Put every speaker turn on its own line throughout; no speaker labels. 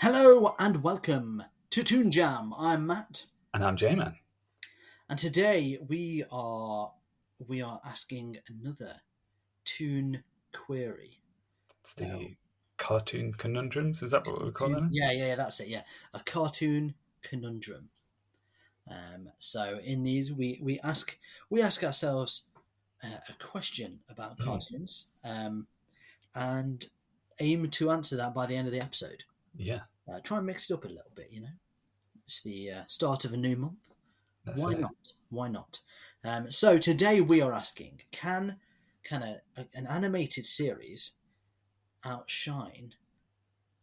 Hello and welcome to Toon Jam. I'm Matt,
And I'm J-Man.
and today we are we are asking another tune query.
It's the
Um,
cartoon conundrums. Is that what we're calling it?
yeah, yeah, yeah, that's it. Yeah, a cartoon conundrum. Um, so in these, we we ask we ask ourselves uh, a question about
Mm.
cartoons, um, and aim to answer that by the end of the episode.
Yeah.
Uh, try and mix it up a little bit, you know. It's the uh, start of a new month.
that's
Why
it.
not? Why not? Um, so today we are asking: Can can a, a- an animated series outshine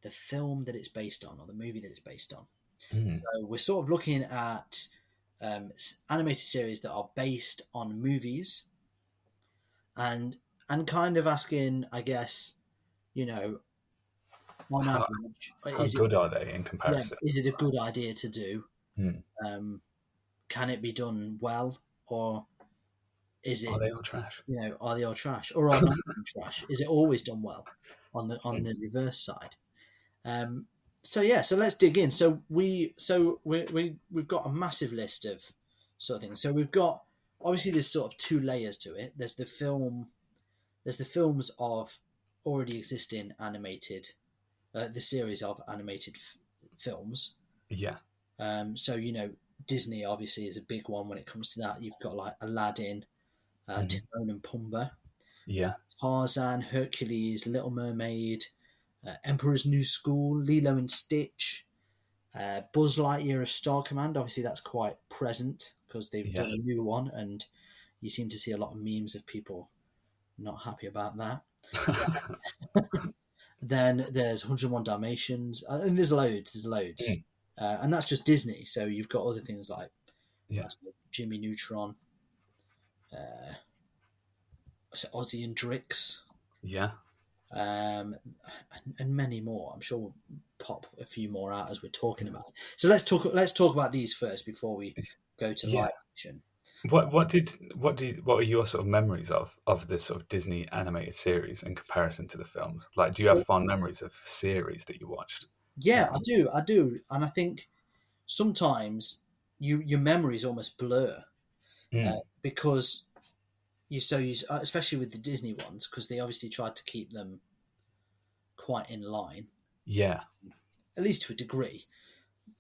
the film that it's based on or the movie that it's based on?
Hmm.
So we're sort of looking at um, s- animated series that are based on movies, and and kind of asking, I guess, you know, on
How-
average,
How
is it-
good are they in
yeah,
comparison?
is it a good idea to do?
Hmm.
Um, can it be done well, or is it
Are they all trash?
you know are they all trash or are they trash? Is it always done well on the on the reverse side? Um, so yeah, so let's dig in. So we so we we we've got a massive list of sort of things. So we've got obviously there's sort of two layers to it. There's the film, there's the films of already existing animated, uh, the series of animated f- films
Yeah.
um, so you know, Disney obviously is a big one when it comes to that. You've got like Aladdin, uh,
Mhm.
Timon and Pumbaa,
Yeah.
Tarzan, Hercules, Little Mermaid, uh, Emperor's New School, Lilo and Stitch, uh, Buzz Lightyear of Star Command. Obviously, that's quite present because they've
Yeah.
done a new one, and you seem to see a lot of memes of people not happy about that. Then there's 101 Dalmatians, uh, and there's loads, there's loads.
Mm.
Uh, and that's just Disney. So you've got other things like
Yeah.
Jimmy Neutron, uh, so Ozzy and Drix,
yeah.
um, and, and many more. I'm sure we'll pop a few more out as we're talking about. It. So let's talk. Let's talk about these first before we go to
Yeah.
live action.
What what did what did what are your sort of memories of of this sort of Disney animated series in comparison to the films? Like, do you have fond memories of series that you watched?
Yeah, I do. I do, and I think sometimes you your memories almost blur
Hmm.
Uh, because you so you uh, especially with the Disney ones because they obviously tried to keep them quite in line.
yeah.
at least to a degree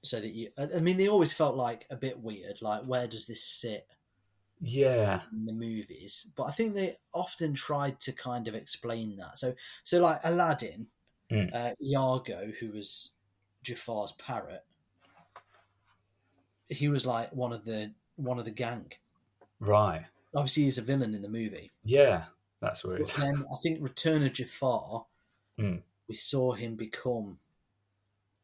so that you i I mean they always felt like a bit weird like where does this sit
Yeah.
in the movies but i think they often tried to kind of explain that so so like aladdin
Mm.
uh, iago who was jafar's parrot he was like one of the one of the gang
Right.
obviously he's a villain in the movie
Yeah. That's weird.
but then i think return of jafar
Mm.
we saw him become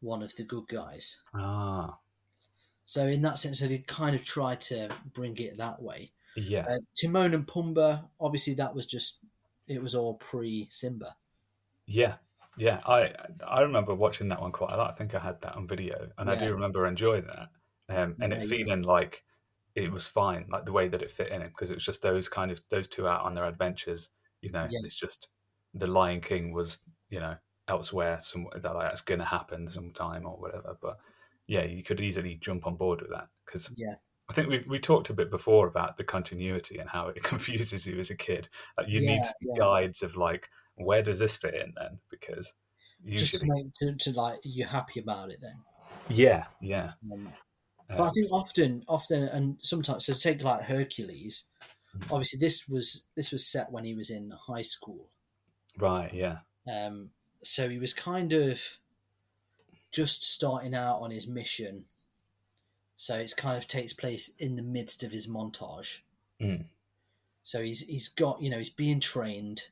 one of the good guys
Ah.
So in that sense, they kind of tried to bring it that way.
Yeah.
Uh, Timon and Pumbaa, obviously, that was just it was all pre Simba.
Yeah, yeah. I I remember watching that one quite a lot. I think I had that on video, and I
Yeah.
do remember enjoying that. Um, and
Yeah,
it
yeah.
feeling like it was fine, like the way that it fit in it, because it was just those kind of those two out on their adventures. You know,
Yeah.
it's just the Lion King was you know elsewhere somewhere that like, that's going to happen sometime or whatever. But yeah, you could easily jump on board with that because
Yeah,
I think we we talked a bit before about the continuity and how it confuses you as a kid. Like you need
Yeah,
to be
yeah.
guides of like where does this fit in then? Because usually,
just to make to, to like you're happy about it then.
yeah, yeah.
Um,
Um,
but I think often, often, and sometimes, so take like Hercules.
Mm.
obviously this was this was set when he was in high school,
Right, yeah.
um, so he was kind of just starting out on his mission. So it's kind of takes place in the midst of his montage.
Mm.
So he's he's got you know he's being trained,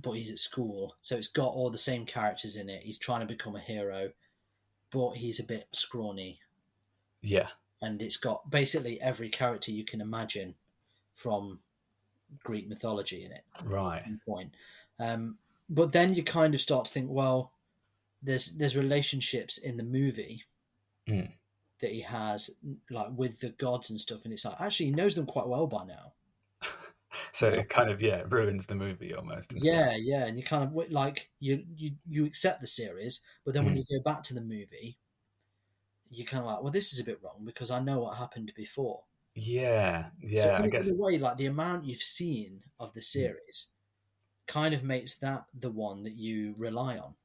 but he's at school. So it's got all the same characters in it. He's trying to become a hero, but he's a bit scrawny,
Yeah.
and it's got basically every character you can imagine from Greek mythology in it
Right.
point. Um, but then you kind of start to think, well, there's there's relationships in the movie
Mm.
that he has, like with the gods and stuff, and it's like actually he knows them quite well by now.
So it kind of yeah, ruins the movie almost. doesn't it?
Yeah, yeah, and you kind of like you you you accept the series, but then
Hmm.
when you go back to the movie, you're kind of like, well, this is a bit wrong because I know what happened before.
Yeah. Yeah.
so
I
in,
guess Hmm.
in a way, like the amount you've seen of the series, kind of makes that the one that you rely on.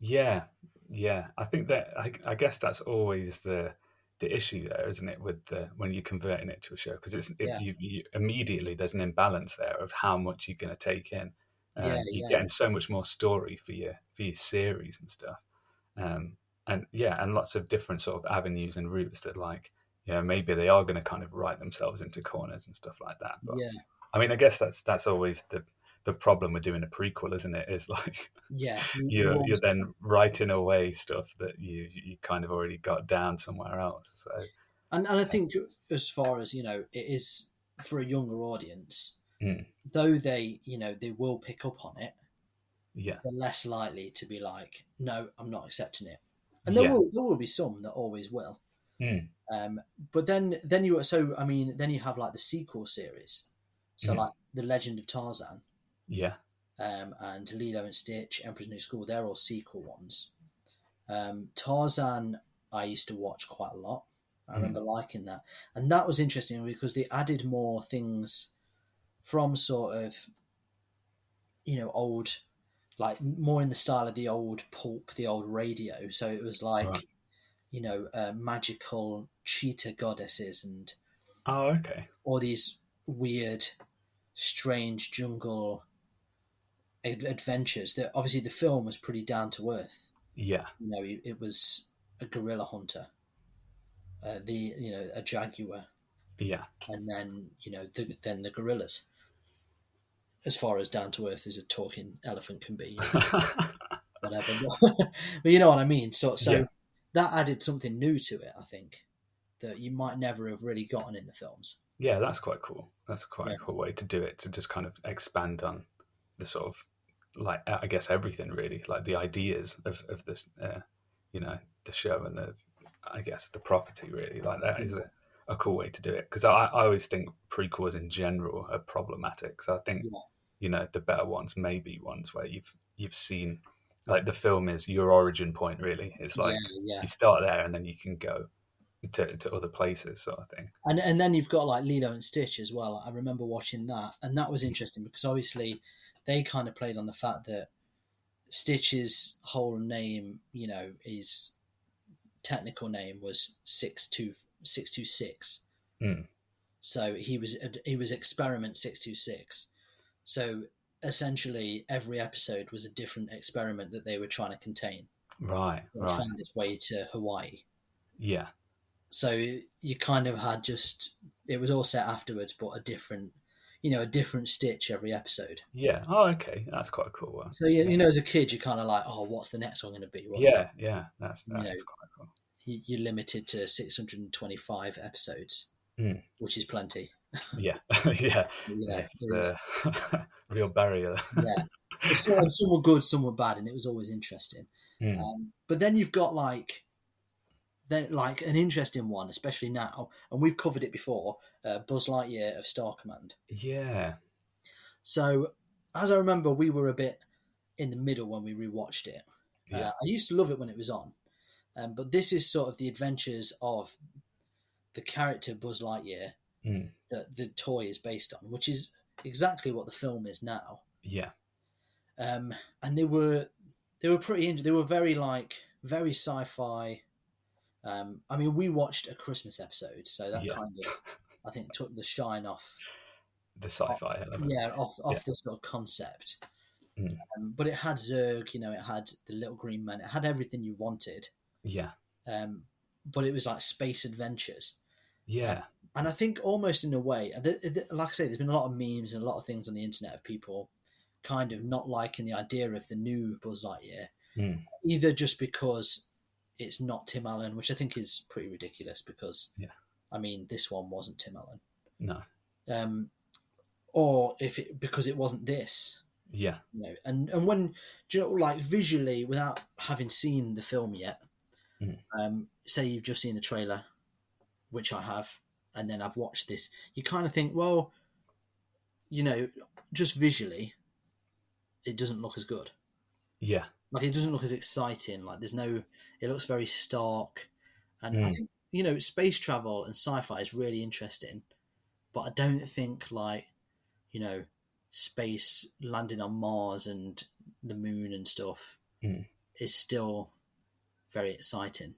Yeah, yeah. I think that I, I guess that's always the the issue there, isn't it? With the when you're converting it to a show, because it's if
Yeah.
you, you immediately there's an imbalance there of how much you're going to take in. Um,
Yeah,
you're
yeah.
getting so much more story for your for your series and stuff, um, and yeah, and lots of different sort of avenues and routes that like you know maybe they are going to kind of write themselves into corners and stuff like that. But
Yeah.
I mean, I guess that's that's always the the problem with doing a prequel, isn't it? Is like
Yeah, you- you
you're,
almost-
you're then writing away stuff that you you kind of already got down somewhere else. So
and and I think as far as you know, it is for a younger audience.
Mm.
Though they, you know, they will pick up on it,
yeah,
they're less likely to be like, "No, I'm not accepting it." And there
Yeah.
will there will be some that always will.
Mm.
Um, but then then you so I mean then you have like the sequel series, so
Mhm.
like the Legend of Tarzan,
yeah,
um, and Lilo and Stitch, Emperor's New School. They're all sequel ones. Um, Tarzan, I used to watch quite a lot. I
Mhm.
remember liking that, and that was interesting because they added more things from sort of, you know, old, like more in the style of the old pulp, the old radio. So it was like,
Right.
you know, uh, magical cheetah goddesses and
oh okay,
all these weird, strange jungle ad- adventures. That obviously the film was pretty down to earth.
yeah,
You know, it it was a gorilla hunter, uh, the you know a jaguar,
yeah,
and then you know the, then the gorillas. As far as down to earth as a talking elephant can be, you know, whatever. but you know what I mean. So so
Yeah.
that added something new to it. I think that you might never have really gotten in the films.
yeah. That's quite cool. That's quite
Yeah.
a cool way to do it to just kind of expand on the sort of like uh, I I guess everything really, like the ideas of of this, uh, you know, the show and the I guess the property really. Like that is
Mm.
a, a cool way to do it because I, I always think prequels in general are problematic. So I think
Yeah.
you know the better ones may be ones where you've you've seen like the film is your origin point really. It's like
yeah, yeah.
you start there and then you can go to to other places sort of thing.
And and then you've got like Lilo and Stitch as well. I remember watching that, and that was interesting because obviously they kind of played on the fact that Stitch's whole name, you know, his technical name was six two six two six.
Hmm.
So he was he was experiment six two six. So essentially, every episode was a different experiment that they were trying to contain.
Right,
It
right,
found its way to Hawaii
yeah,
so you kind of had just it was all set afterwards but a different you know a different stitch every episode
yeah. Oh, okay, that's quite a cool one.
so you, you know as a kid you're kind of like oh what's the next one going to be what's
yeah, yeah, that's
you
that's
know,
quite cool.
you- you're limited to 625 episodes
Mm.
which is plenty
Yeah, yeah,
you know
it's
there is-
the real barrier.
yeah so, and some were good some were bad and it was always interesting
Hmm.
Um, but then you've got like then like an interesting one, especially now, and we've covered it before. Uh, Buzz Lightyear of Star Command.
Yeah,
So as I remember, we were a bit in the middle when we rewatched it.
Yeah.
Uh, I used to love it when it was on, um, but this is sort of the adventures of the character Buzz Lightyear
Mm.
that the toy is based on, which is exactly what the film is now.
yeah,
Um, and they were they were pretty in- they were very like very sci-fi. Um, I mean, we watched a Christmas episode, so that
Yeah.
kind of I think took the shine off
the sci-fi element.
Oh, yeah, off off
Yeah.
the sort of concept.
Mm.
Um, but it had Zerg, you know, it had the Little Green Men, it had everything you wanted.
Yeah,
Um, but it was like space adventures,
yeah,
and I think almost in a way, and th- th- like I say, there's been a lot of memes and a lot of things on the internet of people kind of not liking the idea of the new Buzz Lightyear,
Mm.
either just because it's not Tim Allen, which I think is pretty ridiculous because,
Yeah.
I mean, this one wasn't Tim Allen.
no,
um, or if it because it wasn't this,
yeah,
you know. And and when do you know, like visually, without having seen the film yet,
Mhm.
um, say you've just seen the trailer, which I have, and then I've watched this, you kind of think, well, you know, just visually, it doesn't look as good.
yeah,
Like it doesn't look as exciting. Like there's no, it looks very stark, and I
Mm.
think you know space travel and sci-fi is really interesting, but I don't think like you know space landing on Mars and the moon and stuff
Mm.
is still very exciting.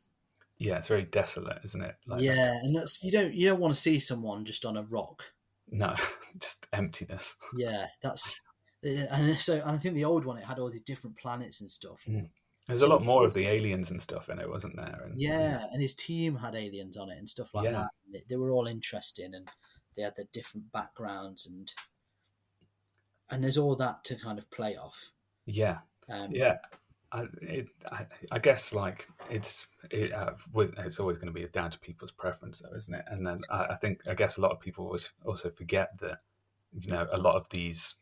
yeah. It's very desolate, isn't it? that-
yeah, and that's you don't you don't want to see someone just on a rock.
No, just emptiness.
Yeah, that's and so and I think the old one it had all these different planets and stuff.
Mm. There's a
So-
lot more of the aliens and stuff in it, wasn't there? And,
Yeah, and his team had aliens on it and stuff like
Yeah.
that. And they, they were all interesting, and they had their different backgrounds, and and there's all that to kind of play off.
yeah.
Um,
yeah I, it, I, I guess like it's it, uh, with, it's always going to be down to people's preference though isn't it and then I, I think i guess a lot of people always also forget that you know a lot of these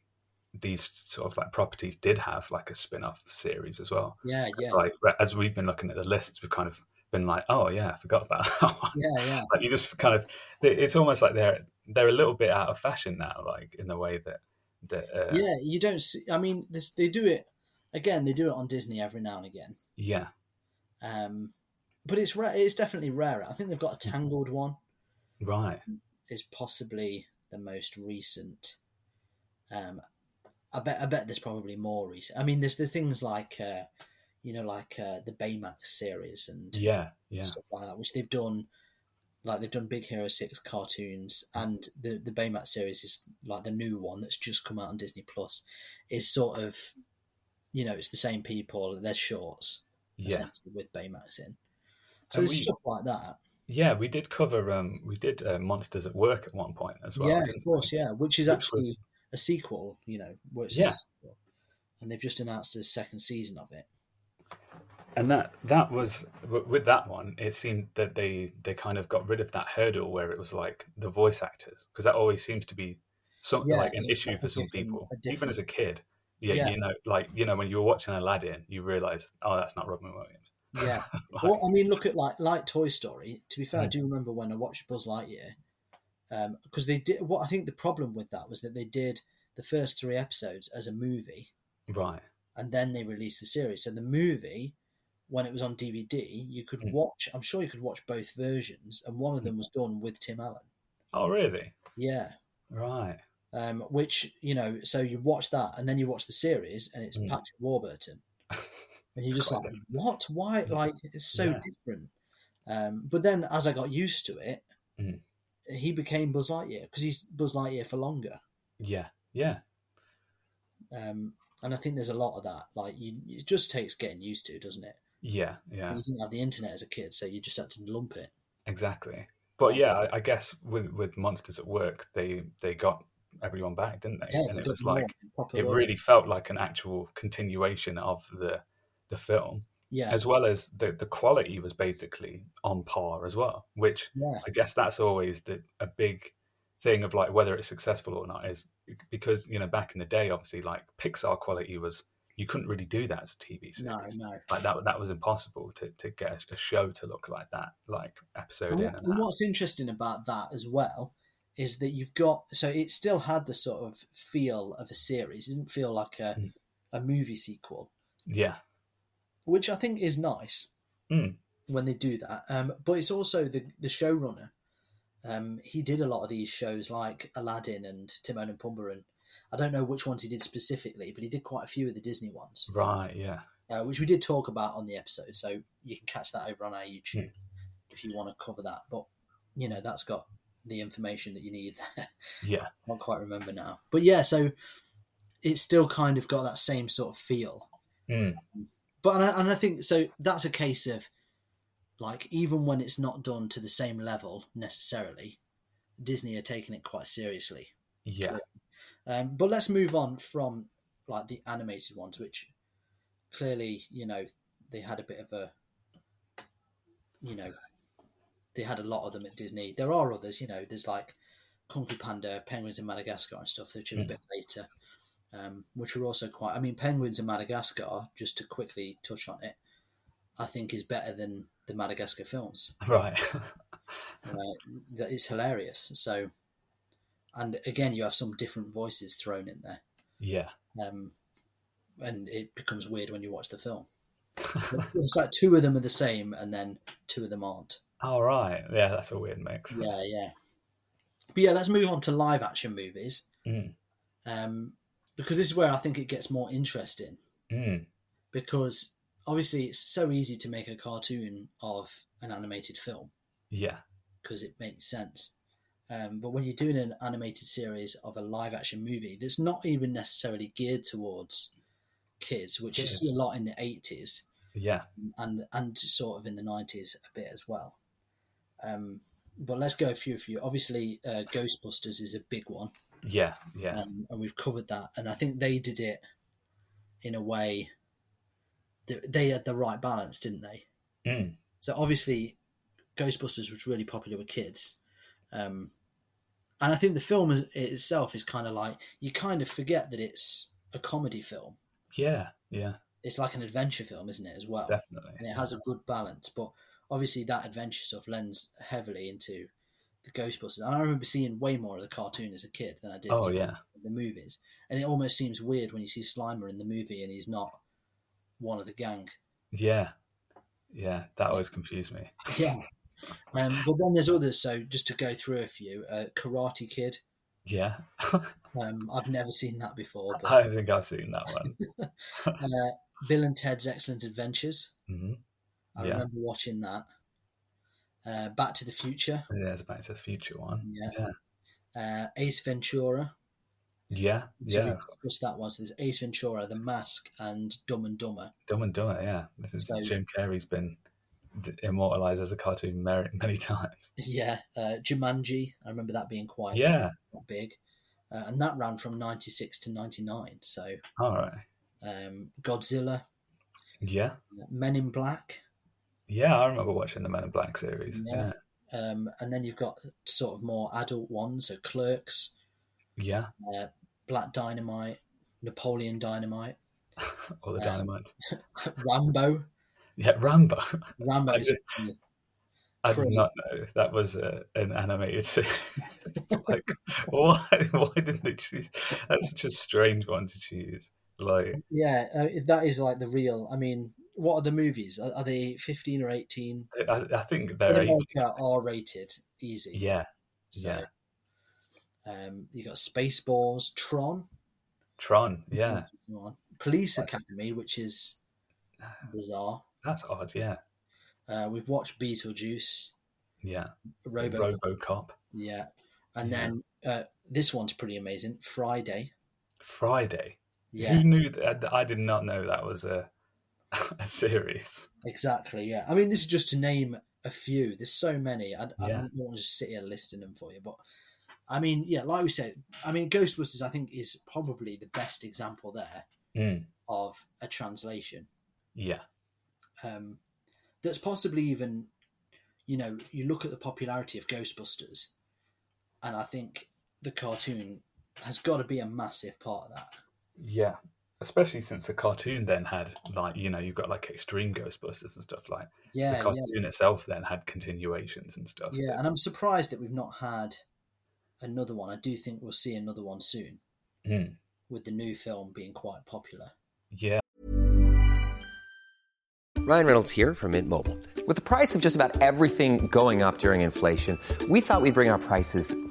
these sort of like properties did have like a spin-off series as well
yeah, yeah,
It's like as we've been looking at the lists we've kind of been like oh yeah i forgot about that one
yeah, yeah,
like you just kind of it- it's almost like they're they're a little bit out of fashion now like in the way that that uh,
yeah. You don't see. I mean, this they do it again. They do it on Disney every now and again.
yeah
Um, but it's rare. It's definitely rare. I think they've got a Tangled one.
right
Is possibly the most recent. Um, I bet. I bet there's probably more recent. I mean, there's there's things like, uh, you know, like uh, the Baymax series and
yeah yeah
stuff like that, which they've done. Like they've done Big Hero Six cartoons, and the the Baymax series is like the new one that's just come out on Disney Plus. Is sort of, you know, it's the same people. They're shorts,
yeah
essentially, with Baymax in. So
And
there's
we-
stuff like that.
Yeah, we did cover um we did uh, Monsters at Work at one point as well.
yeah,
didn't
of course,
we?
yeah, which is
Which
actually
was-
a sequel, you know, works
Yeah.
as a sequel. And they've just announced a second season of it.
And that that was w- with that one it seemed that they they kind of got rid of that hurdle where it was like the voice actors because that always seems to be something
Yeah,
like an
it's
issue
like
for
a
some
different-
people
a
even
different-
as a kid. Yeah,
Yeah.
you know, like you know when you were watching Aladdin, you realize oh that's not Robin Williams.
Yeah.
Like,
well, I mean, look at like like Toy Story. To be fair, I
Mm.
do remember when I watched Buzz Lightyear, because they did. What I think the problem with that was that they did the first three episodes as a movie,
Right.
and then they released the series. So the movie, when it was on DVD, you could
Mm.
watch. I'm sure you could watch both versions, and one of them was done with Tim Allen.
Oh really?
Yeah.
Right.
um, which you know, so you watch that and then you watch the series, and it's
Mm.
Patrick Warburton, and you're just
It's quite
like, what? Why?
Mm.
Like it's so
Yeah.
different. Um, but then as I got used to it,
Mm.
he became Buzz Lightyear because he's Buzz Lightyear for longer.
Yeah. Yeah.
Um, and I think there's a lot of that. Like you, it just takes getting used to, doesn't it?
Yeah. Yeah.
You didn't have the internet as a kid, so you just had to lump it.
Exactly. But yeah, I, I guess with with Monsters at Work, they they got everyone back, didn't they?
Yeah,
and
they
it
got
was
more
like
proper
it
work.
really felt like an actual continuation of the the film,
yeah,
as well as the the quality was basically on par as well. Which
yeah,
I guess that's always the a big thing of like whether it's successful or not is because you know back in the day, obviously like Pixar quality was you couldn't really do that as a TV series.
no, no.
Like that, that was impossible to, to get a, a show to look like that, like episode
And,
in
what-
and
and
out.
what's interesting about that as well is that you've got so it still had the sort of feel of a series. It didn't feel like a
Mm.
a movie sequel,
Yeah,
which I think is nice
Mm.
when they do that. Um, but it's also the the showrunner. Um, he did a lot of these shows like Aladdin and Timon and Pumbaa, and I don't know which ones he did specifically, but he did quite a few of the Disney ones,
right. Yeah,
uh, which we did talk about on the episode. So you can catch that over on our YouTube if you want to cover that. But you know that's got the information that you need there.
Yeah.
I can't quite remember now. But yeah, so it's still kind of got that same sort of feel.
Mm.
But and I, and I think so that's a case of like even when it's not done to the same level necessarily, Disney are taking it quite seriously.
Yeah.
Um, but let's move on from like the animated ones, which clearly you know they had a bit of a you know they had a lot of them at Disney. There are others, you know. There's like Kung Fu Panda, Penguins in Madagascar, and stuff, which are a
Mm.
bit later, um, which are also quite. I mean, Penguins in Madagascar, just to quickly touch on it, I think is better than the Madagascar films.
Right.
Uh, that is hilarious. So, and again, you have some different voices thrown in there,
yeah.
um, and it becomes weird when you watch the film. it's like two of them are the same, and then two of them aren't.
All right. Yeah, that's a weird mix.
Yeah, yeah. But yeah, let's move on to live action movies,
Mm.
um, because this is where I think it gets more interesting.
Mm.
Because obviously, it's so easy to make a cartoon of an animated film.
Yeah.
because it makes sense. Um, but when you're doing an animated series of a live action movie that's not even necessarily geared towards kids, which you
Yeah.
see a lot in the 80s
Yeah.
and and sort of in the 90s a bit as well. Um, but let's go a few for you. Obviously, uh, Ghostbusters is a big one,
Yeah. Yeah.
um, and we've covered that. And I think they did it in a way that they had the right balance, didn't they?
Mm.
So obviously, Ghostbusters was really popular with kids, um, and I think the film is- itself is kind of like you kind of forget that it's a comedy film.
Yeah. Yeah.
It's like an adventure film, isn't it, as well?
Definitely.
And it has a good balance, but obviously that adventure stuff lends heavily into the Ghostbusters. And I remember seeing way more of the cartoon as a kid than I did
Oh yeah.
the movies, and it almost seems weird when you see Slimer in the movie and he's not one of the gang.
Yeah. Yeah. That always confused me.
Yeah. Um, but then there's others. So just to go through a few, uh, Karate Kid.
Yeah.
Um, I've never seen that before. But,
I don't think I've seen that one.
uh, Bill and Ted's Excellent Adventures.
hmm
I
Yeah.
remember watching that. Uh, Back to the Future.
And there's a Back to the Future one.
Yeah. Uh, Ace Ventura.
Yeah.
So
Yeah.
we've discussed that one. So there's Ace Ventura, The Mask, and Dumb and Dumber.
Dumb and Dumber. Yeah. This is
So-
Jim Carrey's been d- immortalized as a cartoon mer- many times.
Yeah. Uh, Jumanji. I remember that being quite
Yeah.
quite big. Uh, and that ran from 96 to 99. So
All right.
um, Godzilla,
Yeah.
Men in Black.
Yeah. I remember watching the Men in Black series.
Yeah.
Yeah.
Um, and then you've got sort of more adult ones, so Clerks,
Yeah.
uh, Black Dynamite, Napoleon Dynamite,
All the
Um,
dynamite.
Rambo.
Yeah. Rambo.
Rambo.
I did- I did
Crazy.
not know that was uh an animated series. like, why? Why did they choose? That's such a strange one to choose. Like,
Yeah, uh, that is like the real. I mean, what are the movies? Are, are they 15 or 18?
I, I think
In
they're eight.
America, R rated, easy.
Uh, Yeah,
So, um, you got Spaceballs, Tron.
Tron.
I
Yeah,
think it's one. Police Academy, which is bizarre.
that's odd. Yeah,
Uh, we've watched Beetlejuice,
yeah.
Robo.
RoboCop.
Yeah. And
Yeah.
then uh, this one's pretty amazing. Friday.
Friday.
Yeah,
Who knew that? I did not know that was a a series.
exactly. Yeah. I mean, this is just to name a few. There's so many. I, I
Yeah.
don't want to just sit here listing them for you. But I mean, yeah, like we said, I mean, Ghostbusters, I think, is probably the best example there
Mm,
of a translation
Yeah,
um, that's possibly even, you know, you look at the popularity of Ghostbusters, and I think the cartoon has got to be a massive part of that.
yeah. Especially since the cartoon then had like you know you've got like extreme Ghostbusters and stuff like the
Yeah, yeah.
cartoon itself then had continuations and stuff.
Yeah, and I'm surprised that we've not had another one. I do think we'll see another one soon,
Mm,
with the new film being quite popular.
yeah.
Ryan Reynolds here from Mint Mobile. With the price of just about everything going up during inflation, we thought we'd bring our prices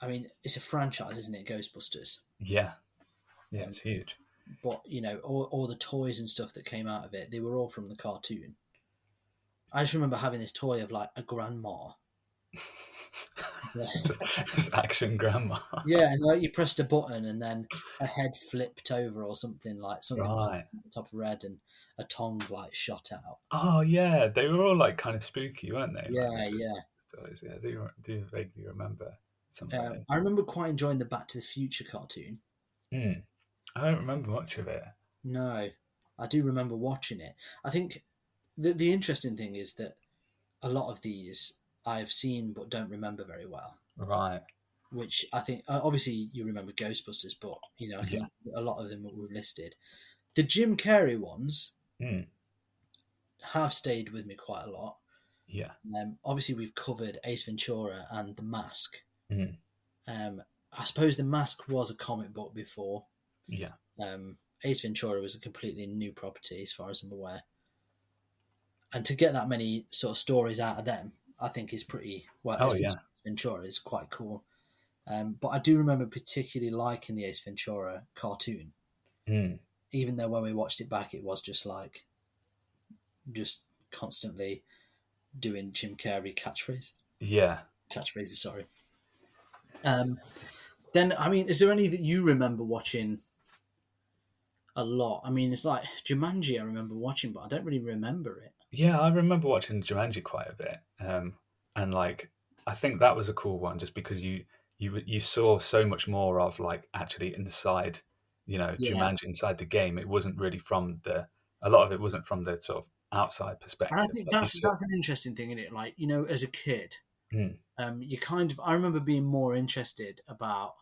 I mean, it's a franchise, isn't it? Ghostbusters.
Yeah. Yeah, it's huge.
But you know, all, all the toys and stuff that came out of it, they were all from the cartoon. I just remember having this toy of like a grandma.
Just, just action grandma.
Yeah, and like you pressed a button and then a head flipped over or something like something
Right.
on the top of red and a tongue like shot out.
Oh yeah, they were all like kind of spooky, weren't they? Like,
Yeah,
the
yeah.
Stories. Yeah, I do re- do vaguely remember something.
Um, I remember quite enjoying the Back to the Future cartoon.
Hmm. I don't remember much of it.
No, I do remember watching it. I think the the interesting thing is that a lot of these I've seen but don't remember very well.
Right.
Which I think uh, obviously you remember Ghostbusters, but you know I think a lot of them that we've listed. The Jim Carrey ones
Hmm.
have stayed with me quite a lot.
Yeah.
Um, obviously, we've covered Ace Ventura and The Mask.
Mhm.
Um, I suppose The Mask was a comic book before.
Yeah.
Um, Ace Ventura was a completely new property, as far as I'm aware. And to get that many sort of stories out of them, I think is pretty well.
Oh,
Ace
yeah.
Ventura is quite cool. Um, but I do remember particularly liking the Ace Ventura cartoon,
Hmm.
even though when we watched it back, it was just like, just constantly doing Jim Carrey catchphrase
Yeah.
catchphrases. Sorry. Um, then I mean, is there any that you remember watching a lot? I mean, it's like Jumanji. I remember watching, but I don't really remember it.
Yeah, I remember watching Jumanji quite a bit, um, and like I think that was a cool one just because you you you saw so much more of like actually inside, you know,
Yeah.
Jumanji inside the game. It wasn't really from the a lot of it wasn't from the sort of outside perspective.
And I think
Like, you
that's
saw-
that's an interesting thing, isn't it? Like you know, as a kid,
Hmm.
um, you kind of I remember being more interested about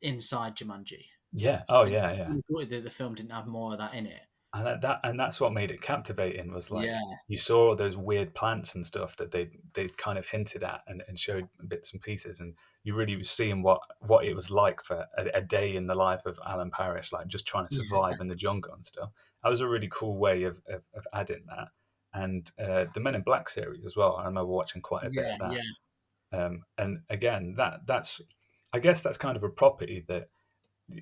inside Jumanji.
yeah. Oh yeah, yeah.
I thought that the film didn't have more of that in it.
And that, that and that's what made it captivating was like
Yeah.
you saw those weird plants and stuff that they they kind of hinted at and, and showed bits and pieces and you really was seeing what what it was like for a, a day in the life of Alan Parrish, like just trying to
Yeah.
survive in the jungle and stuff. That was a really cool way of of, of adding that. And uh, the Men in Black series as well. I remember watching quite a bit
Yeah,
of that
yeah,
um, and again that that's i guess that's kind of a property that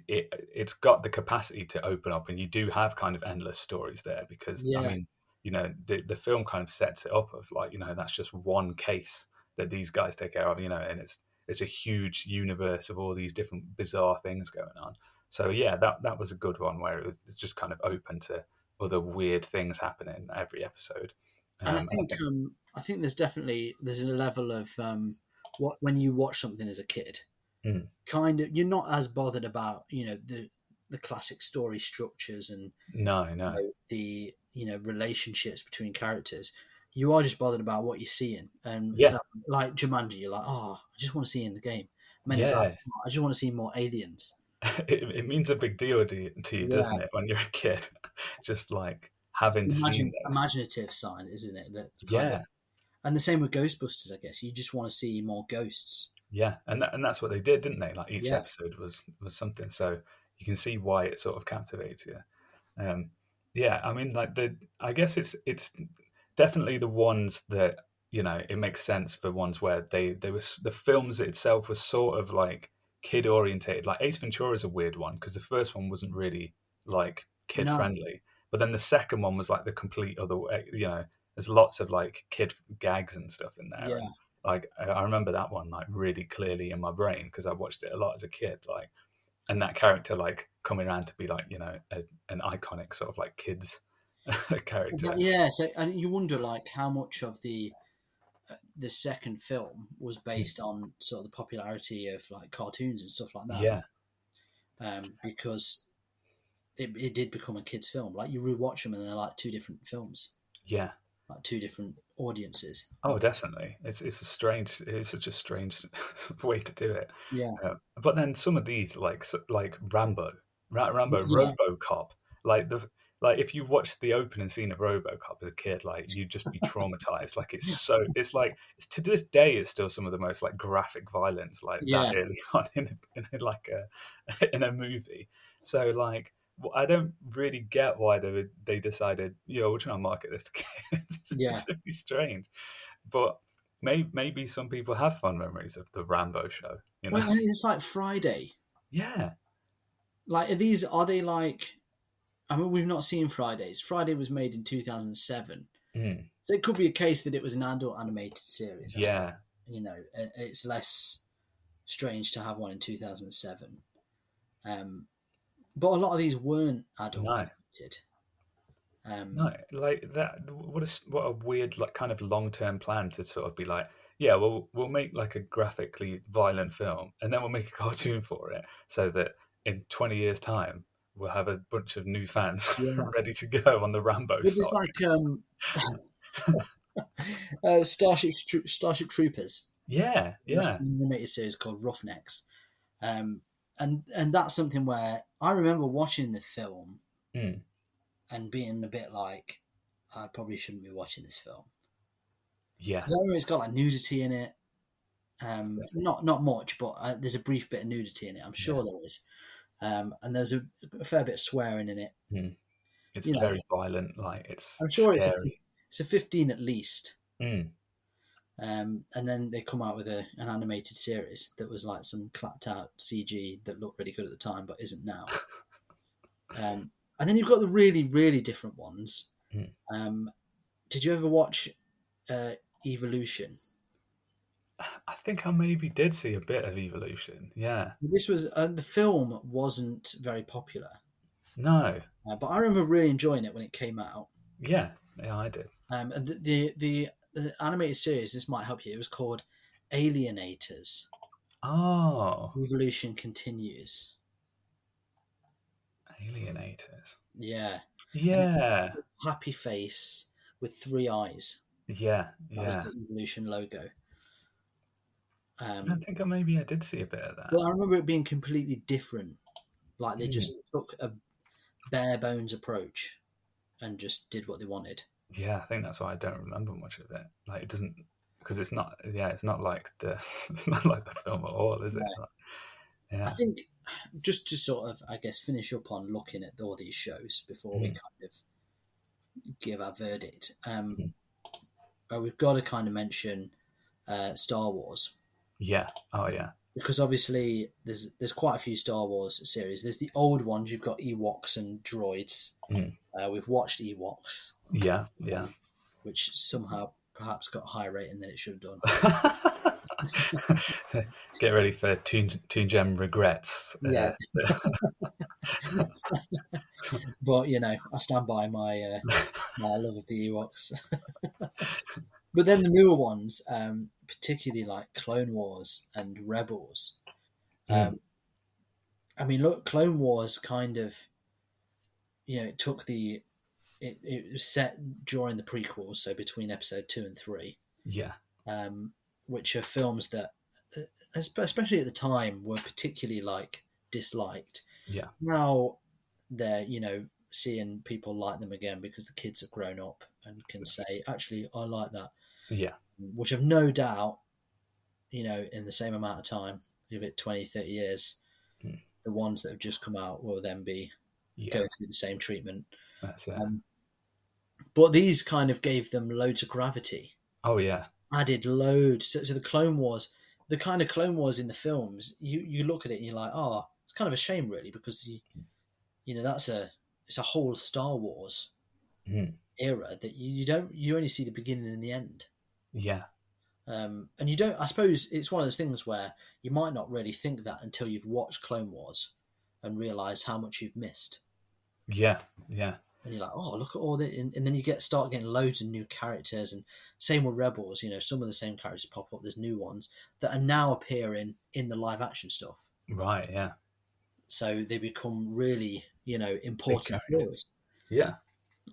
it it's got the capacity to open up and you do have kind of endless stories there because
Yeah.
i mean you know the, the film kind of sets it up of like you know that's just one case that these guys take care of you know and it's it's a huge universe of all these different bizarre things going on so yeah that that was a good one where it was it's just kind of open to other weird things happening in every episode
and I
Um,
think um, I think there's definitely there's a level of um, what when you watch something as a kid,
Mm.
kind of you're not as bothered about you know the the classic story structures and
no
you
no
know, the you know relationships between characters. You are just bothered about what you're seeing, and
Yeah.
so, like Jumanji, you're like, oh, I just want to see in the game. Many
Yeah.
Black, I just want to see more aliens.
it, it means a big deal to you, to you
Yeah.
doesn't it, when you're a kid? Just like having
Imagine,
seen those.
imaginative sign, isn't it? That kind
Yeah,
of- and the same with Ghostbusters, I guess. You just want to see more ghosts.
yeah, and that, and that's what they did, didn't they? Like each
Yeah.
episode was was something, so you can see why it sort of captivates you. Um, yeah, I mean, like the I guess it's it's definitely the ones that you know it makes sense for ones where they they was the films itself was sort of like kid orientated. Like Ace Ventura is a weird one because the first one wasn't really like kid
No.
friendly, but then the second one was like the complete other way. You know, there's lots of like kid gags and stuff in there.
Yeah.
and, Like I- I remember that one like really clearly in my brain because I watched it a lot as a kid. Like, and that character like coming around to be like you know a, an iconic sort of like kids character.
Well, that- Yeah, so and you wonder like how much of the uh, the second film was
Hmm.
based on sort of the popularity of like cartoons and stuff like that.
Yeah,
um, because it, it did become a kids' film. Like you rewatch them and they're like two different films.
yeah,
like two different audiences.
Oh, definitely. It's it's a strange. It's such a strange way to do it.
Yeah.
Uh, but then some of these, like s- like Rambo, Ra- Rambo,
Yeah.
RoboCop, like the like if you watch the opening scene of RoboCop as a kid, like you'd just be traumatized. like it's so it's like it's, to this day, it's still some of the most like graphic violence like
Yeah.
that early on in, in like a in a movie. So like. w- I don't really get why they would- they decided, you know, we're trying to market this to kids. It's
Yeah.
really strange, but maybe maybe some people have fond memories of the Rambo show. You know,
Well, and it's like Friday.
yeah.
Like, are these are they like? I mean, we've not seen Fridays. Friday was made in two thousand seven,
Mm.
so it could be a case that it was an adult animated series. That's
Yeah.
you know, i- it's less strange to have one in 2007. Um, but a lot of these weren't adult
No.
animated. Um,
No, like that. What a s- what a weird like kind of long term plan to sort of be like, yeah, well, we'll make like a graphically violent film, and then we'll make a cartoon for it, so that in twenty years' time we'll have a bunch of new fans
Yeah.
ready to go on the Rambo.
It was
side.
like um, uh, Starship Tro- Starship Troopers.
yeah,
That's
yeah,
an animated series called Roughnecks, um, and and that's something where I remember watching the film
Mm.
and being a bit like, I probably shouldn't be watching this film.
yeah.
I remember it's got like nudity in it. Um, not not much, but uh, there's a brief bit of nudity in it. I'm sure there is. Um, and there's a, a fair bit of swearing in it.
It's
you know.
very violent. Like it's.
I'm sure it's a-
scary.
It's a 15 at least.
Mm.
Um, and then they come out with a, an animated series that was like some clapped out CG that looked really good at the time, but isn't now. um, and then you've got the really really different ones.
Mm.
Um, did you ever watch uh, Evolution?
I think I maybe did see a bit of evolution. Yeah.
This was uh, the film wasn't very popular.
No.
Uh, but I remember really enjoying it when it came out.
Yeah. Yeah, I did.
Um, and the, the the the animated series, this might help you. It was called Alienators.
Oh,
Revolution continues.
alienators.
Yeah,
Yeah.
happy face with three eyes.
Yeah.
That was
Yeah.
the Evolution logo.
I
Um,
think I maybe I did see a bit of that.
well, I remember it being completely different. Like
Hmm.
they just took a bare bones approach and just did what they wanted.
Yeah, I think that's why I don't remember much of it. Like it doesn't because it's not. Yeah, it's not like the. It's not like the film at all, is it?
I
Yeah.
think just to sort of, I guess, finish up on looking at all these shows before
Mm.
we kind of give our verdict. Um,
Mm.
uh, we've got to kind of mention uh, Star Wars
Yeah. Oh yeah.
because obviously there's there's quite a few Star Wars series. There's the old ones. You've got Ewoks and droids.
Mm.
Uh, we've watched Ewoks,
Yeah. Yeah.
which somehow perhaps got a higher rating than it should have done.
Get ready for Toon, Toon Gem regrets. Uh,
Yeah. but you know, I stand by my uh, my love of the Ewoks. but then the newer ones, um, particularly like Clone Wars and Rebels. Um, I mean, look, Clone Wars kind of, you know, it took the, it, it was set during the prequels, so between episode two and three,
yeah.
um, which are films that, uh, espe- especially at the time, were particularly like disliked
Yeah.
now they're you know seeing people like them again because the kids have grown up and can say actually i like that
Yeah.
which i've no doubt you know in the same amount of time give it 20 30 years
Hmm.
the ones that have just come out will then be
Yeah.
go through the same treatment
That's it.
um, but these kind of gave them loads of gravity
oh yeah.
added loads so, so the clone wars the kind of clone wars in the films you you look at it and you're like oh it's kind of a shame really because you you know that's a it's a whole star wars
Hmm.
era that you, you don't you only see the beginning and the end
Yeah.
um, and you don't i suppose it's one of those things where you might not really think that until you've watched clone wars and realize how much you've missed
Yeah. Yeah.
and you're like, oh, look at all this, and, and then you get start getting loads of new characters, and same with Rebels. You know, some of the same characters pop up. There's new ones that are now appearing in the live action stuff,
Right. Yeah.
so they become really, you know, important players
characters. Yeah.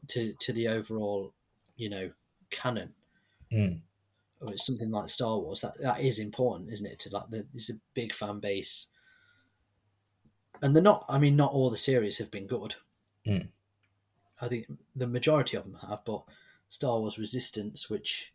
to to the overall, you know, canon
Mm.
or it's something like Star Wars, that that is important, isn't it? To like, the, there's a big fan base, and they're not. I mean, not all the series have been good.
Mm.
I think the majority of them have, but Star Wars Resistance, which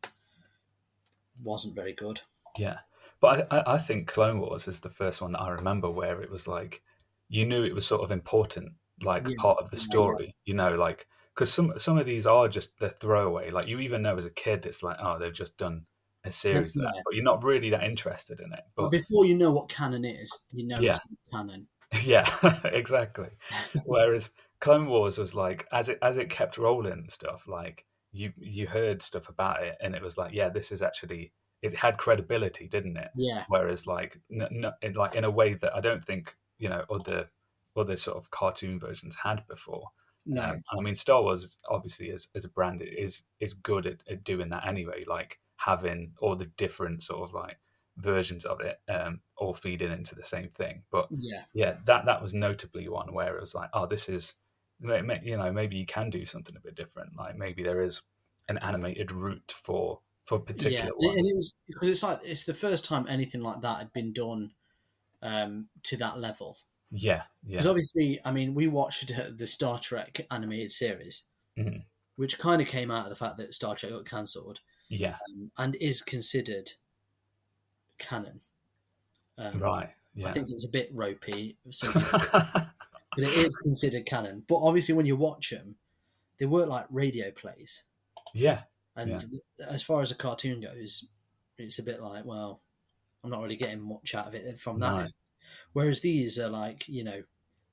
wasn't very good.
Yeah, but I- I, I think Clone Wars is the first one that I remember where it was like you knew it was sort of important, like
Yeah,
part of the
yeah, yeah.
story. You know, like because some some of these are just the throwaway. Like you even know as a kid, it's like oh they've just done a series of
yeah.
that, but you're not really that interested in it.
But
But
before you know what canon is, you know it's not canon.
yeah, exactly. Whereas Clone Wars was like as it as it kept rolling and stuff, like you you heard stuff about it, and it was like yeah, this is actually it had credibility, didn't it?
Yeah,
whereas like n- n- in, like in a way that I don't think you know other other sort of cartoon versions had before.
no,
Um, I mean, Star Wars obviously as, as a brand is is good at, at doing that anyway, like having all the different sort of like versions of it um, all feeding into the same thing. But
yeah,
yeah, that that was notably one where it was like, oh, this is may- may- you know maybe you can do something a bit different. Like maybe there is an animated route for for
yeah.
particular
And it-
ones.
and it was because it's like it's the first time anything like that had been done um, to that level.
Yeah, yeah.
Because obviously, I mean, we watched uh, the Star Trek animated series,
Mhm.
which kind of came out of the fact that Star Trek got cancelled
yeah.
um, and is considered canon. Um,
Right. Yeah.
I think it's a bit ropey, some people, but it is considered canon. But obviously, when you watch them, they work like radio plays.
yeah.
And
Yeah.
th- as far as a cartoon goes, it's a bit like, well, I'm not really getting much out of it from that.
No.
end. Whereas these are like, you know,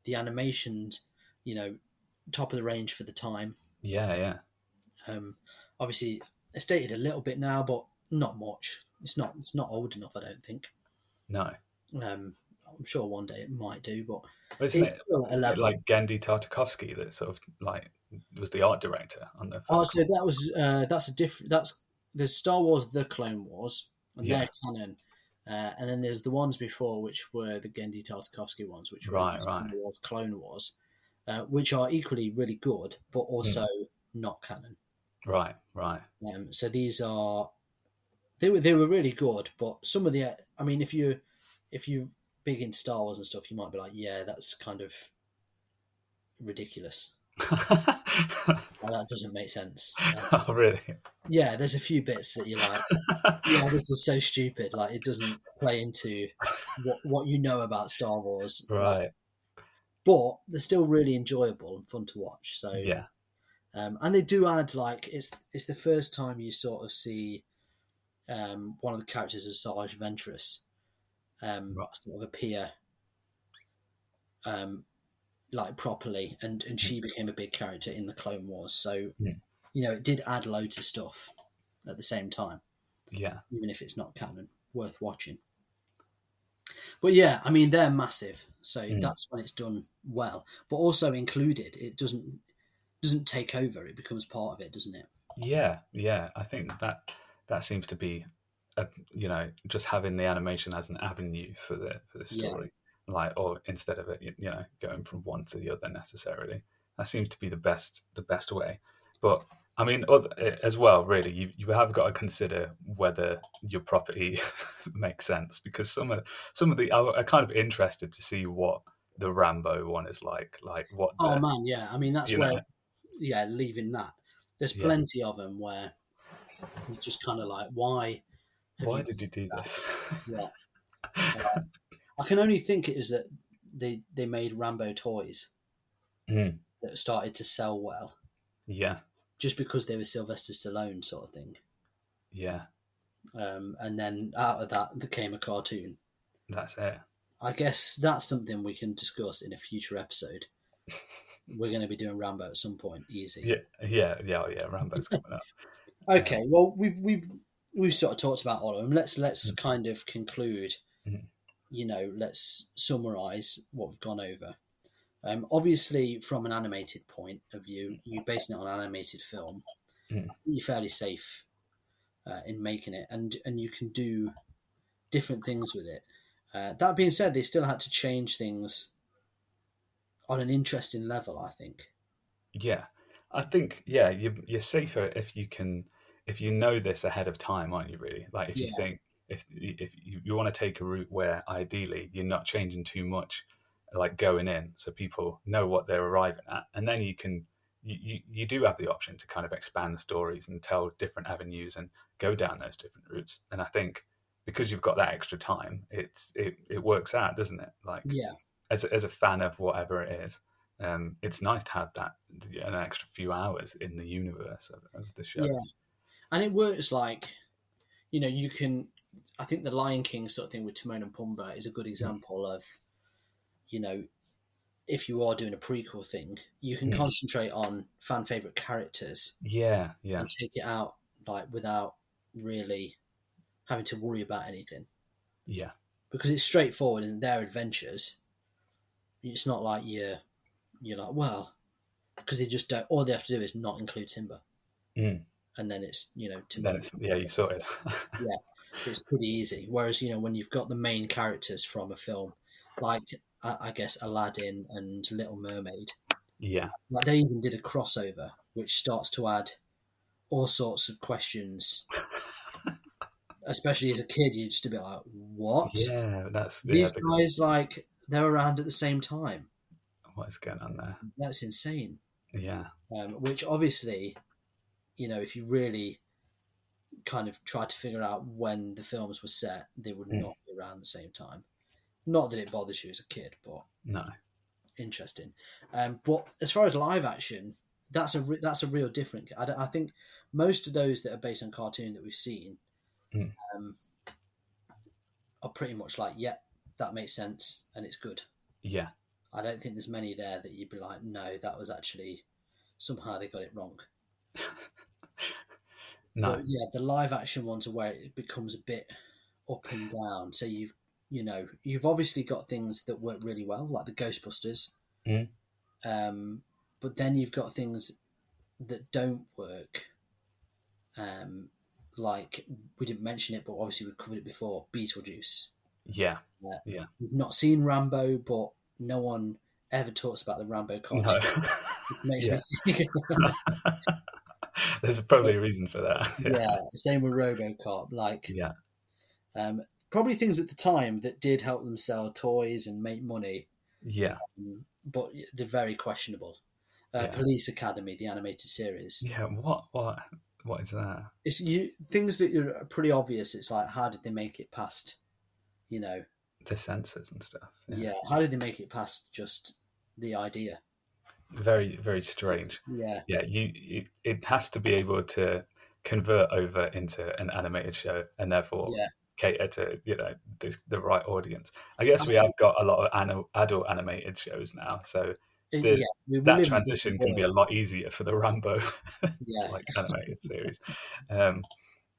the animations, you know, top of the range for the time.
Yeah. Yeah.
Um, obviously, it's dated a little bit now, but not much. It's not. It's not old enough, I don't think.
No.
Um, I'm sure one day it might do, but
But Isn't
it's
it
still at a level.
like Gandhi Tartakovsky that sort of like was the art director on the
Oh,
first
so that was uh, that's a different. That's there's Star Wars: The Clone Wars, and
Yeah.
they're canon, uh, and then there's the ones before, which were the Gendy Tartakovsky ones, which were
Right,
the Star
right.
Wars, Clone Wars, uh, which are equally really good, but
Hmm.
also not canon.
right, right,
Um, so these are they were they were really good, but some of the I mean, if you if you big in Star Wars and stuff, you might be like, yeah, that's kind of ridiculous. Well, that doesn't make sense. Um,
oh, really?
yeah, there's a few bits that you're like, yeah, this is so stupid. Like, it doesn't play into what, what you know about Star Wars. Like,
right.
but they're still really enjoyable and fun to watch. So,
Yeah.
um, and they do add like it's it's the first time you sort of see um, one of the characters as Sarge Ventress um,
Right.
sort of appear um, like properly, and and she became a big character in the Clone Wars. So
Yeah.
you know it did add loads of stuff at the same time,
Yeah.
even if it's not canon, worth watching. But yeah, I mean they're massive, so
Mm.
that's when it's done well. But also included, it doesn't doesn't take over; it becomes part of it, doesn't it?
Yeah. Yeah. I think that that seems to be a, you know just having the animation as an avenue for the for the
Yeah.
story, like or instead of it you know going from one to the other necessarily. That seems to be the best the best way. But I mean, oth- eh, as well, really, you, you have got to consider whether your property makes sense because some of some of the I'm I'm kind of interested to see what the Rambo one is like, like what the,
Oh man, yeah. I mean, that's
You
where,
know.
yeah, leaving that. There's
Yeah.
plenty of them where you're just kind of like, why? have
why did you do this?
Yeah. Uh, I can only think it is that they they made Rambo toys
Mm.
that started to sell well
yeah,
just because they were Sylvester Stallone sort of thing.
yeah,
Um, and then out of that there came a cartoon.
that's it.
I guess that's something we can discuss in a future episode. We're going to be doing Rambo at some point, easy.
Yeah, yeah, yeah, oh, yeah. Rambo's coming up.
Okay, well we've we've we've sort of talked about all of them. Let's let's kind of conclude.
Mhm.
You know, let's summarize what we've gone over. Um, obviously, from an animated point of view, you're basing it on an animated film.
Mhm.
You're fairly safe uh, in making it, and and you can do different things with it. Uh, that being said, they still had to change things on an interesting level. I think.
Yeah, I think yeah, you you're safer if you can if you know this ahead of time, aren't you really? Like if you
Yeah.
think if if you, you want to take a route where ideally you're not changing too much, like going in, so people know what they're arriving at, and then you can you, you you do have the option to kind of expand the stories and tell different avenues and go down those different routes. And I think because you've got that extra time, it's it it works out, doesn't it? Like
Yeah.
as a, as a fan of whatever it is, um, it's nice to have that an extra few hours in the universe of, of the show.
Yeah. and it works like you know you can i think the lion king sort of thing with timon and pumbaa is a
Hmm.
good example of you know if you are doing a prequel thing you can
Mm.
concentrate on fan favorite characters
Yeah, yeah,
and take it out like without really having to worry about anything
yeah,
because it's straightforward in their adventures it's not like you're you're like well because they just don't all they have to do is not include timber
Mm.
and then it's you know
Then
timber
it's yeah, you sorted.
it's pretty easy. Whereas you know when you've got the main characters from a film, like uh, I, I guess Aladdin and Little Mermaid,
yeah,
like they even did a crossover, which starts to add all sorts of questions. Especially as a kid, you're just a bit like, "What?
yeah, that's yeah,
These
the-
guys like they're around at the same time.
what is going on there?
That's insane."
Yeah,
um, which obviously, you know, if you really kind of tried to figure out when the films were set, they would
Mm.
not be around the same time. Not that it bothers you as a kid, but
no,
interesting. Um, but as far as live action, that's a re- that's a real different. I, don't- I think most of those that are based on cartoon that we've seen
Mm.
um, are pretty much like, yep, that makes sense and it's good.
yeah,
I don't think there's many there that you'd be like, no, that was actually somehow they got it wrong.
no,
But yeah, the live action ones are where it becomes a bit up and down. So you've you know you've obviously got things that work really well, like the Ghostbusters.
Mm.
Um, but then you've got things that don't work. Um, like we didn't mention it, but obviously we've covered it before. Beetlejuice.
yeah,
We've not seen Rambo, but no one ever talks about the Rambo
no.
cartoon. It makes
Yeah.
me think
There's probably a reason for that.
yeah. same with RoboCop. Like,
Yeah.
um, probably things at the time that did help them sell toys and make money,
yeah,
um, but they're very questionable. Uh,
Yeah.
Police Academy, the animated series.
yeah. What, what, what is that?
It's you things that are pretty obvious. It's like, how did they make it past? You know,
The sensors and stuff.
yeah. How did they make it past just the idea?
very, very strange.
Yeah,
yeah you it, it has to be able to convert over into an animated show and therefore
yeah,
cater to you know the, the right audience i guess we have got a lot of ani- adult animated shows now so
It-
the-
yeah. We live in
that
a
transition can be a
world.
lot easier for the rambo
yeah,
like animated series um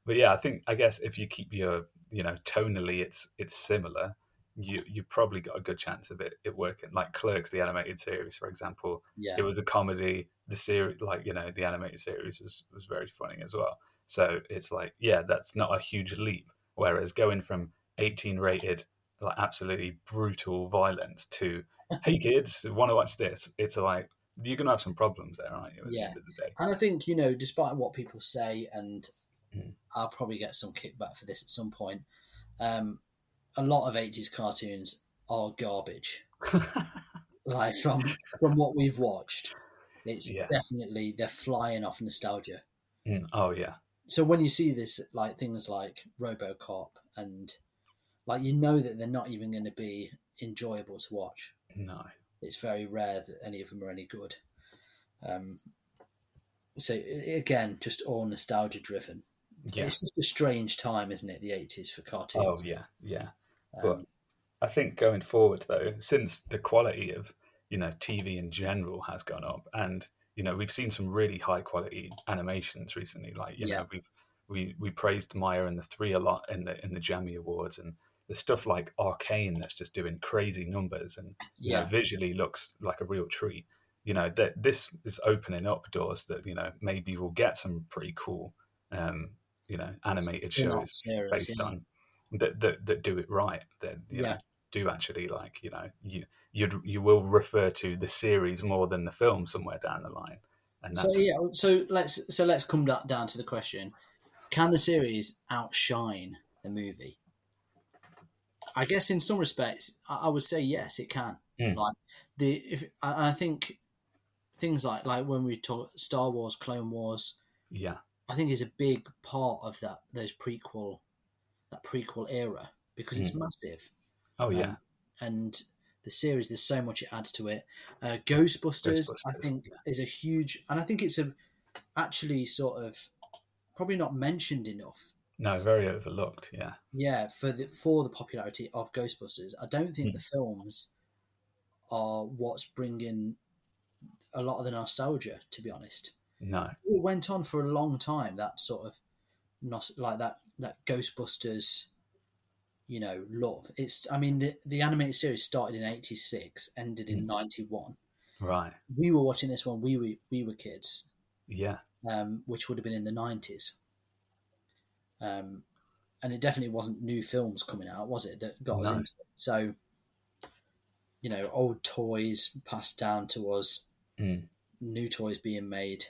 but yeah i think i guess if you keep your you know tonally it's it's similar you you probably got a good chance of it, it working like clerks the animated series for example
yeah,
it was a comedy. The series, like you know, the animated series was was very funny as well. So it's like, yeah, that's not a huge leap. Whereas going from 18 rated, like absolutely brutal violence to, hey kids, want to watch this? It's like you're gonna have some problems there, aren't you? At
Yeah.
the end of the day,
And I think, you know, despite what people say, and
Mm.
I'll probably get some kickback for this at some point, um, a lot of 80s cartoons are garbage. like from from what we've watched, it's
Yeah.
definitely they're flying off nostalgia.
Mm, oh yeah,
So when you see this, like things like RoboCop, and like you know that they're not even going to be enjoyable to watch.
no,
It's very rare that any of them are any good. Um, so i- again, just all nostalgia driven.
yeah,
It's just a strange time, isn't it? The eighties for
oh
cartoons.
yeah, yeah.
Um,
I think going forward, though, since the quality of you know TV in general has gone up, and you know we've seen some really high quality animations recently. Like you
Yeah.
know we've we we praised Maya and the Three a lot in the in the Jammy Awards, and the stuff like Arcane that's just doing crazy numbers and you know,
yeah,
visually looks like a real treat. You know that this is opening up doors that you know maybe we'll get some pretty cool, um, you know, animated
Spin-off
shows
series,
based
yeah.
on that, that that do it right. That you
Yeah.
know, do actually like you know you you'd you will refer to the series more than the film somewhere down the line, and that's
So yeah, so let's so let's come da- down to the question: Can the series outshine the movie? I guess in some respects, I I would say yes, it can.
Mm.
Like the, if, and I think things like like when we talk Star Wars, Clone Wars,
Yeah.
I think is a big part of that those prequel that prequel era because it's massive
Oh yeah.
Um, and the series there's so much it adds to it. Uh, Ghostbusters, I
Ghostbusters,
think is a huge and I think it's a actually sort of probably not mentioned enough.
no, very overlooked. Yeah.
Yeah, for the for the popularity of Ghostbusters, I don't think the films are what's bringing a lot of the nostalgia. To be honest,
No.
it went on for a long time that sort of nos- like that that ghostbusters you know love it's i mean the, the animated series started in 86 ended in 91
Right.
we were watching this when we were we were kids
Yeah.
um, which would have been in the 90s um, and it definitely wasn't new films coming out was it that got us
No.
into it so you know old toys passed down to us
Mm.
new toys being made.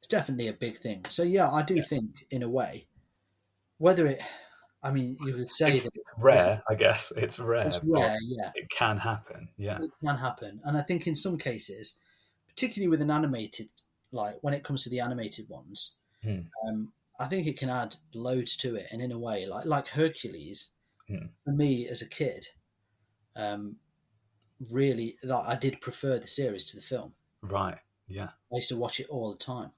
It's definitely a big thing. So yeah, I do think in a way, whether it, I mean, you would say that
Rare, I guess. It's rare.
it's
but
rare, yeah,
It can happen. Yeah.
it can happen, and I think in some cases, particularly with an animated, like when it comes to the animated ones,
Hmm.
um, I think it can add loads to it, and in a way, like like Hercules,
Hmm.
for me as a kid, um, really, like, I did prefer the series to the film.
Right. Yeah.
I used to watch it all the time.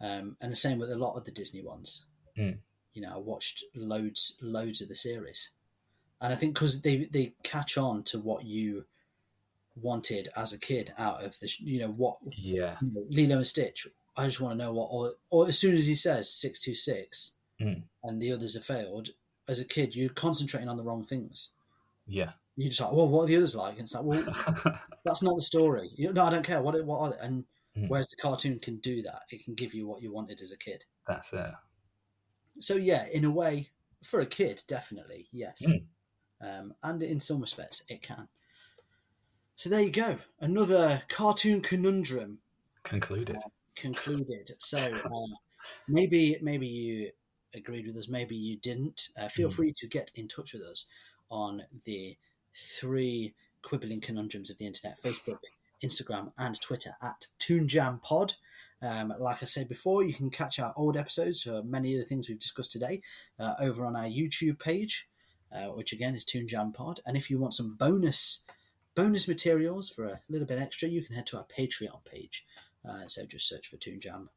Um, and the same with a lot of the Disney ones.
Mm.
You know, I watched loads, loads of the series. And I think because they, they catch on to what you wanted as a kid out of the, sh- you know, what
Yeah.
you know, Lilo and Stitch, I just want to know what, or, or as soon as he says 626
Mm.
and the others have failed, as a kid, you're concentrating on the wrong things.
Yeah.
You're just like, well, what are the others like? And it's like, well, that's not the story. You, no, I don't care. What what are they? And
Mm.
whereas the cartoon can do that, it can give you what you wanted as a kid.
That's it.
So yeah, in a way, for a kid, definitely yes.
Mm.
Um, and in some respects, it can. So there you go. Another cartoon conundrum
Concluded.
concluded. So uh, maybe maybe you agreed with us, maybe you didn't. Uh, feel free to get in touch with us on the three quibbling conundrums of the internet: Facebook, Instagram, and Twitter at Toon Jam Pod. Um, like I said before, you can catch our old episodes for many of the things we've discussed today uh, over on our YouTube page, uh, which again is Toon Jam Pod. And if you want some bonus bonus materials for a little bit extra, you can head to our Patreon page. Uh, so just search for Toon Jam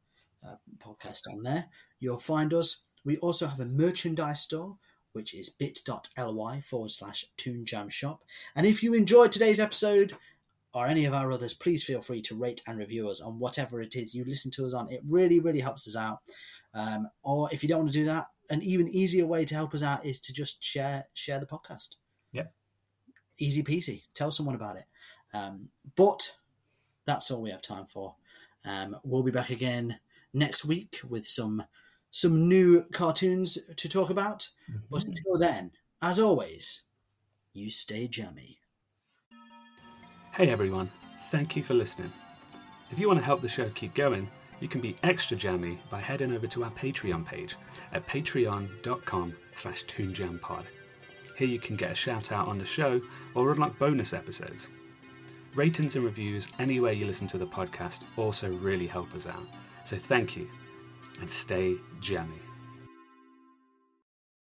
uh, podcast on there. You'll find us. We also have a merchandise store, which is bit.ly forward slash Toon Jam shop. And if you enjoyed today's episode or any of our others, please feel free to rate and review us on whatever it is you listen to us on. It really, really helps us out. Um, or if you don't want to do that, an even easier way to help us out is to just share share the podcast.
Yeah.
Easy peasy. Tell someone about it. Um, but that's all we have time for. Um, we'll be back again next week with some some new cartoons to talk about. But until then, as always, you stay jammy.
Hey everyone, thank you for listening. If you want to help the show keep going, you can be extra jammy by heading over to our Patreon page at patreon.com slash toonjampod. Here you can get a shout out on the show or unlock bonus episodes. Ratings and reviews anywhere you listen to the podcast also really help us out. So thank you and stay jammy.